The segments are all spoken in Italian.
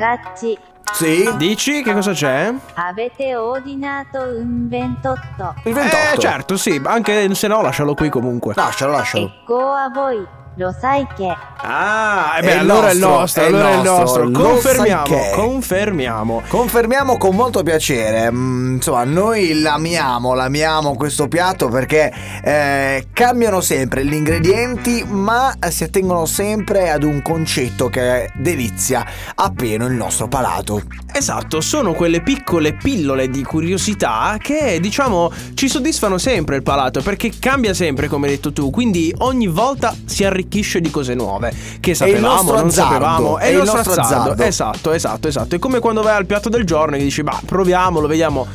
Ragazzi, Sì? Dici che cosa c'è? avete ordinato un 28. Il 28. Eh, certo, sì, anche se no lascialo qui comunque. Lascialo, lascialo. Ecco a voi, lo sai che Ah, e È beh, il allora nostro, è il nostro, allora è il nostro. lo sai Confermiamo, che. confermiamo. Confermiamo con molto piacere, mm, insomma noi l'amiamo, l'amiamo questo piatto perché eh, cambiano sempre gli ingredienti ma si attengono sempre ad un concetto che delizia appieno il nostro palato. Esatto, sono quelle piccole pillole di curiosità che, diciamo, ci soddisfano sempre il palato perché cambia sempre, come hai detto tu. Quindi ogni volta si arricchisce di cose nuove che sapevamo, nostro non azzardo, sapevamo. è il nostro azzardo. Esatto, esatto, esatto. È come quando vai al piatto del giorno e dici, bah, proviamolo, vediamo.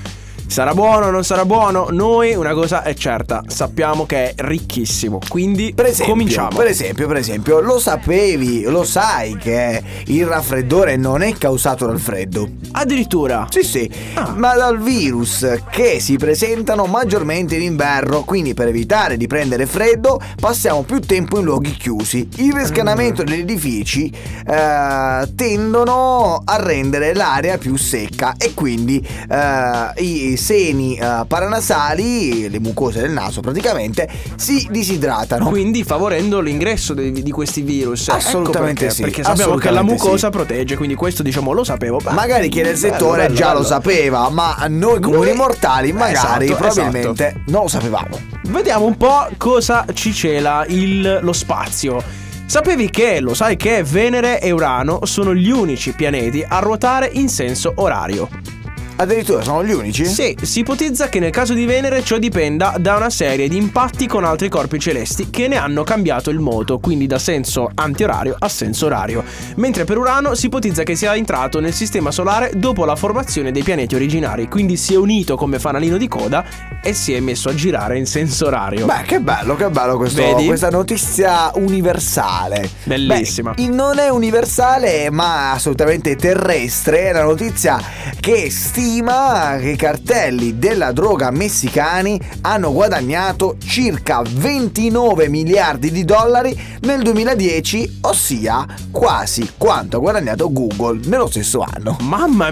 Sarà buono o non sarà buono? Noi una cosa è certa, sappiamo che è ricchissimo. Quindi Per esempio, cominciamo. per esempio, per esempio, lo sapevi, lo sai che il raffreddore non è causato dal freddo. Addirittura. Sì, sì, Ah. ma dal virus che si presentano maggiormente in inverno, quindi per evitare di prendere freddo passiamo più tempo in luoghi chiusi. Il riscaldamento degli edifici eh, tendono a rendere l'aria più secca e quindi eh, i seni eh, paranasali, le mucose del naso praticamente, si disidratano. Quindi favorendo l'ingresso dei- di, questi virus. Assolutamente Ecco perché, sì, Perché sappiamo che la assolutamente mucosa protegge, quindi questo diciamo lo sapevo. Beh, Magari chi nel bello, settore bello, già lo bello. sapeva, ma noi comuni Noi- mortali magari Esatto, probabilmente non lo sapevamo. Vediamo un po' cosa ci cela il- lo spazio. Sapevi che, lo sai che Venere e Urano sono gli unici pianeti a ruotare in senso orario. Addirittura sono gli unici? Sì, si ipotizza che nel caso di Venere ciò dipenda da una serie di impatti con altri corpi celesti che ne hanno cambiato il moto, quindi da senso antiorario a senso orario, mentre per Urano si ipotizza che sia entrato nel sistema solare dopo la formazione dei pianeti originari, quindi si è unito come fanalino di coda e si è messo a girare in senso orario. Beh, che bello, che bello questo- Vedi? questa notizia universale. Bellissima. Beh, il- non è universale, ma assolutamente terrestre. È la notizia che stima che i cartelli della droga messicani hanno guadagnato circa 29 miliardi di dollari nel 2010, ossia quasi quanto ha guadagnato Google nello stesso anno. Mamma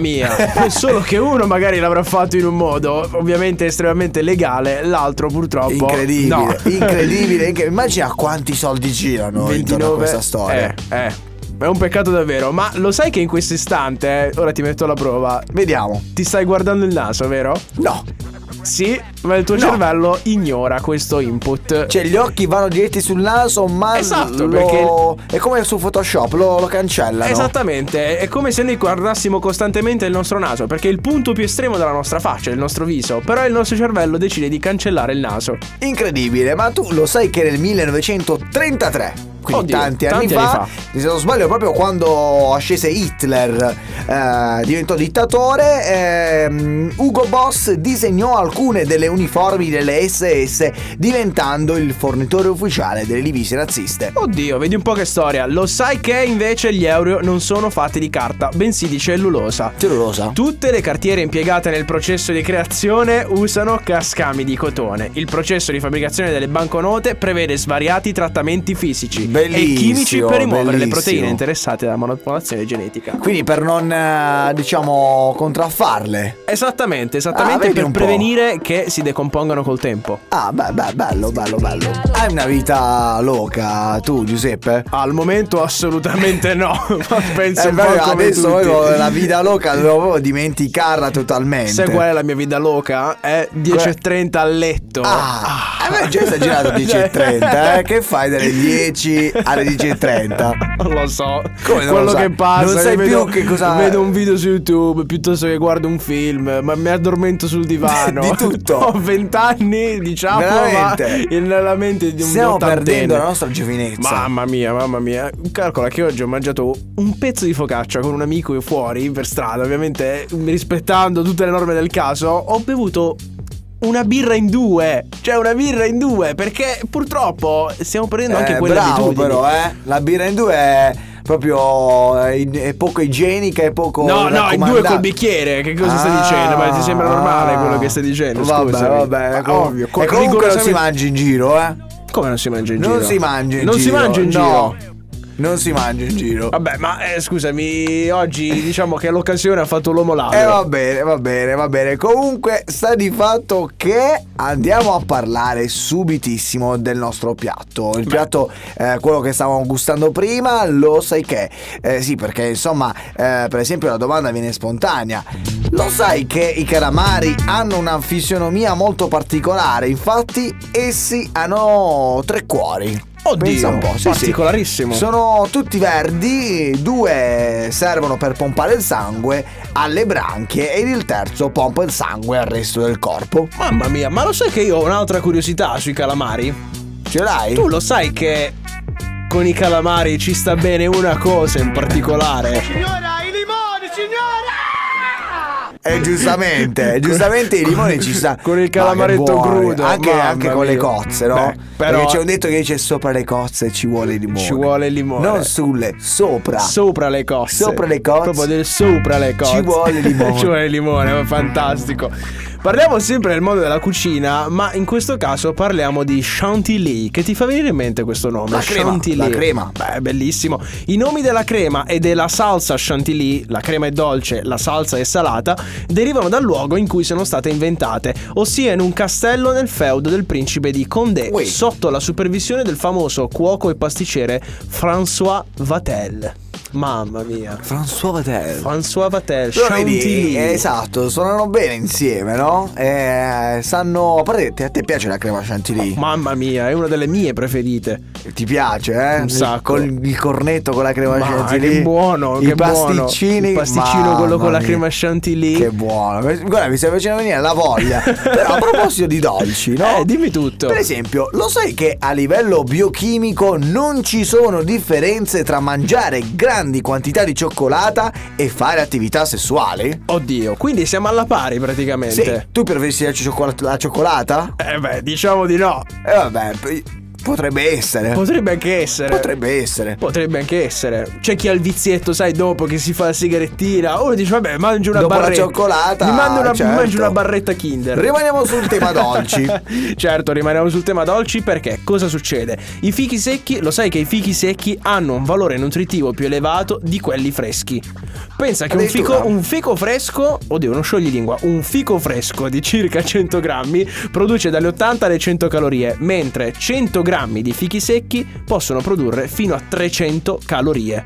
mia! Poi solo che uno magari l'avrà fatto in un modo ovviamente estremamente legale, l'altro purtroppo. Incredibile, Boh, no. incredibile, incredibile. Immagina quanti soldi girano intorno a questa storia. Eh, eh. È un peccato davvero, ma lo sai che in questo istante, eh, ora ti metto alla prova, Vediamo. ti stai guardando il naso, vero? No, Sì, ma il tuo No. cervello ignora questo input. cioè gli occhi vanno diretti sul naso, ma Esatto, lo... è come su Photoshop, lo, lo cancellano. Esatto, Esattamente, è come se noi guardassimo costantemente il nostro naso, perché è il punto più estremo della nostra faccia, il nostro viso, però il nostro cervello decide di cancellare il naso. Incredibile, ma tu lo sai che nel 1933, quindi Oddio, tanti, anni, tanti fa, anni se non sbaglio proprio quando ascese Hitler, eh, diventò dittatore, ehm, Ugo Boss disegnò alcune delle uniformi delle SS diventando il fornitore ufficiale delle divise naziste. Oddio, vedi un po' che storia. Lo sai che invece gli euro non sono fatti di carta, bensì di cellulosa. Cellulosa. Tutte le cartiere impiegate nel processo di creazione usano cascami di cotone. Il processo di fabbricazione delle banconote prevede svariati trattamenti fisici e Bellissimo, chimici per rimuovere le bellissimo. proteine interessate dalla manipolazione genetica. Quindi per non, eh, diciamo, contraffarle. Esattamente, Ah, esattamente vedi per un po'. prevenire che si decompongano col tempo. Ah, beh, beh, bello, bello, bello. Hai una vita loca, tu, Giuseppe? Al momento assolutamente no, ma penso Eh, un po' proprio come adesso tutti. proprio la vita loca devo proprio dimenticarla totalmente. Sai qual è la mia vita loca? È 10.30 a letto. Ah, eh, beh, già esagerato 10.30, eh. Che fai dalle 10 alle 10.30? Non lo so. Come non lo Quello sai? che passa. Non che sai vedo- più che cosa- Vedo un video su YouTube piuttosto che guardo un film, ma mi addormento sul divano. Di tutto. Ho vent'anni, diciamo, Veramente? ma in- nella mente di un Stiamo ottantenne. perdendo la nostra giovinezza. Mamma mia, mamma mia. Calcola che oggi ho mangiato un pezzo di focaccia con un amico fuori per strada, ovviamente rispettando tutte le norme del caso. Ho bevuto una birra in due, cioè una birra in due, perché purtroppo stiamo perdendo anche Eh, quella bravo però, eh. La birra in due è proprio eh, in- è poco igienica, è poco No, no, in due raccomandata. col bicchiere. Che cosa stai boh, Ah, dicendo? Ma ti sembra normale ah. quello che stai dicendo? Vabbè, Scusami. vabbè, Ma com- ovvio. co- E comunque non si rigorosamente- mangia in giro, eh. Come non si mangia in Non giro? si mangia in Non si giro, mangia in no. giro. non si mangia in giro. Vabbè, ma eh, scusami, oggi diciamo che l'occasione ha fatto l'uomo E ladro. Eh, va bene, va bene, va bene. Comunque sta di fatto che andiamo a parlare subitissimo del nostro piatto. Il piatto, eh, quello che stavamo gustando prima, lo sai che? Eh, sì, perché insomma, eh, per esempio la domanda viene spontanea. Lo sai che i calamari hanno una fisionomia molto particolare, infatti essi hanno tre cuori. Oddio, Pensa un po', sì, sì. particolarissimo. Sono tutti verdi, due servono per pompare il sangue alle branchie ed il terzo pompa il sangue al resto del corpo. Mamma mia, ma lo sai che io ho un'altra curiosità sui calamari? Ce l'hai? Tu lo sai che con i calamari ci sta bene una cosa in particolare? E Eh, giustamente, giustamente i limoni ci sta. Con il Ma che calamaretto buoni. crudo, Anche, mamma anche con mia. le cozze, no? Beh, però- Perché c'è un detto che dice sopra le cozze ci vuole il limone. Ci vuole il limone. Non sulle, sopra. Sopra le cozze. Sopra le cozze. Proprio del sopra le cozze. Cioè, Ci vuole il limone. Ci vuole il limone, ma fantastico. Parliamo sempre del mondo della cucina, ma in questo caso parliamo di Chantilly. Che ti fa venire in mente questo nome? La crema, Chantilly. la crema. Beh, bellissimo. I nomi della crema e della salsa Chantilly, la crema è dolce, la salsa è salata, derivano dal luogo in cui sono state inventate, ossia in un castello nel feudo del principe di Condé, Ui. sotto la supervisione del famoso cuoco e pasticcere François Vatel. Mamma mia. François Vatel. François Vatel, Però vedi, Chantilly. eh, esatto, suonano bene insieme, no? Eh, sanno. A parte te- a te piace la crema chantilly? Mamma mia, è una delle mie preferite. Ti piace, eh? Un sacco. Col il cornetto con la crema Ma chantilly. che buono, I che buono. pasticcini. Il pasticcino mamma quello con la mia. crema chantilly. Che buono. Guarda, mi stai facendo venire la voglia. Però a proposito di dolci, no? Eh, dimmi tutto. Per esempio, lo sai che a livello biochimico non ci sono differenze tra mangiare grandi quantità di cioccolata e fare attività sessuali? Oddio, quindi siamo alla pari praticamente. Sì, tu preferisci la cioccolata? La cioccolata? Eh beh, diciamo di no. E vabbè, p- potrebbe essere. Potrebbe anche essere. Potrebbe essere. Potrebbe anche essere. C'è chi ha il vizietto, sai, dopo che si fa la sigarettina. Uno dice, vabbè, mangio una Dopo la barretta. cioccolata, Mi mando una, mi certo. mangio una barretta Kinder. Rimaniamo sul tema dolci. certo, rimaniamo sul tema dolci perché cosa succede? I fichi secchi, lo sai che i fichi secchi hanno un valore nutritivo più elevato di quelli freschi. Pensa che un Addirittura. fico, un fico fresco, oddio, non sciogli lingua, un fico fresco di circa 100 grammi produce dalle 80 alle 100 calorie, mentre 100 grammi di fichi secchi possono produrre fino a 300 calorie.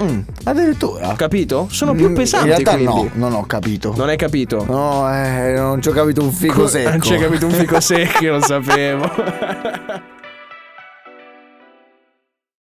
Mm, addirittura. Ho capito? Sono più Mm, pesanti In realtà quindi. no, non ho capito. Non hai capito? No, eh, non ci ho capito un fico secco. Non c'è capito un fico secco, lo sapevo.